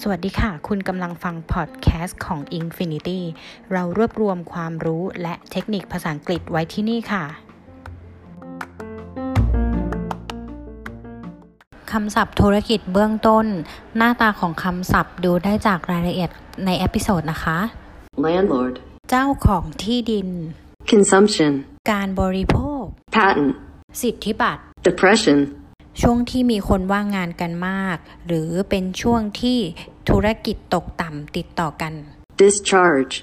สวัสดีค่ะ คุณกำลังฟังพอดแคสต์ของ Infinity เรารวบรวมความรู้และเทคนิคภาษาอังกฤษไว้ที่นี่ค่ะ คำศัพท์ธุรกิจเบื้องต้น หน้าตาของคำศัพท์ดูได้จากรายละเอียดในเอพิโซดนะคะ landlord, เจ้าของที่ดิน consumption, การบริโภค patent, สิทธิบัตร depression, ช่วงที่มีคนว่างงานกันมาก หรือเป็นช่วงที่ธุรกิจตกต่ำติดต่อกัน discharge,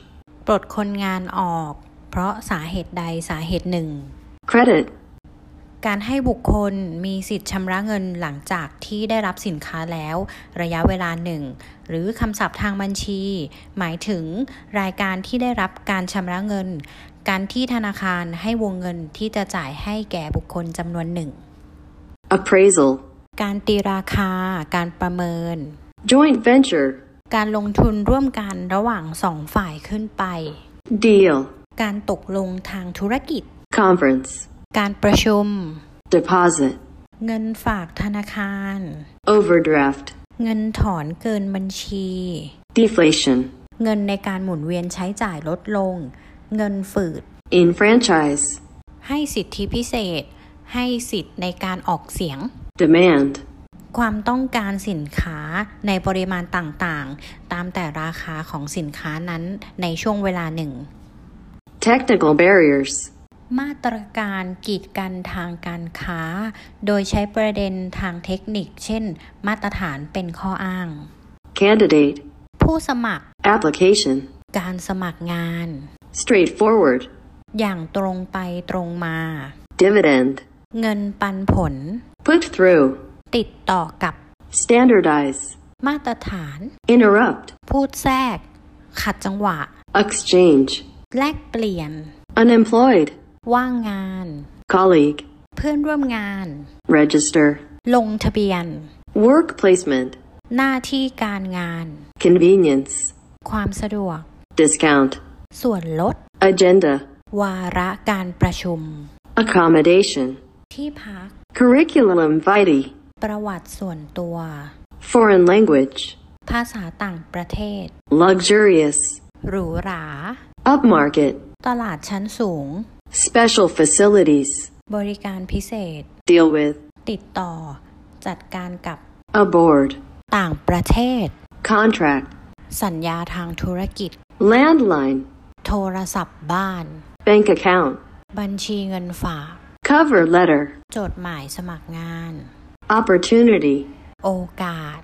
ปลดคนงานออก เพราะสาเหตุใดสาเหตุหนึ่ง credit, การให้บุคคลมีสิทธิ์ชำระเงินหลังจากที่ได้รับสินค้าแล้ว ระยะเวลาหนึ่ง หรือคำศัพท์ทางบัญชี หมายถึงรายการที่ได้รับการชำระเงิน การที่ธนาคารให้วงเงินที่จะจ่ายให้แก่บุคคลจำนวนหนึ่ง appraisal, การตีราคา การประเมิน joint venture, การลงทุนร่วมกันระหว่างสองฝ่ายขึ้นไป deal, การตกลงทางธุรกิจ conference, การประชุม deposit, เงินฝากธนาคาร overdraft, เงินถอนเกินบัญชี deflation, เงินในการหมุนเวียนใช้จ่ายลดลง เงินฝืด enfranchise, ให้สิทธิพิเศษ ให้สิทธิ์ในการออกเสียง demand, ความต้องการสินค้าในปริมาณต่างๆ ตามแต่ราคาของสินค้านั้นในช่วงเวลาหนึ่ง technical barriers, มาตรการกีดกันทางการค้า โดยใช้ประเด็นทางเทคนิค เช่น มาตรฐานเป็นข้ออ้าง candidate, ผู้สมัคร application, การสมัครงาน straightforward, อย่างตรงไปตรงมา dividend, เงินปันผล put through, ติดต่อกับ standardize, มาตรฐาน interrupt, พูดแทรก ขัดจังหวะ exchange, แลกเปลี่ยน unemployed, ว่างงาน colleague, เพื่อนร่วมงาน register, ลงทะเบียน work placement, หน้าที่การงาน convenience, ความสะดวก discount, ส่วนลด agenda, วาระการประชุม accommodation, ที่พัก curriculum vitae, ประวัติส่วนตัว foreign language, ภาษาต่างประเทศ luxurious, หรูหรา upmarket, ตลาดชั้นสูง special facilities, บริการพิเศษ deal with, ติดต่อ จัดการกับ aboard, ต่างประเทศ contract, สัญญาทางธุรกิจ landline, โทรศัพท์บ้าน bank account, บัญชีเงินฝาก cover letter, จดหมายสมัครงาน opportunity, โอกาส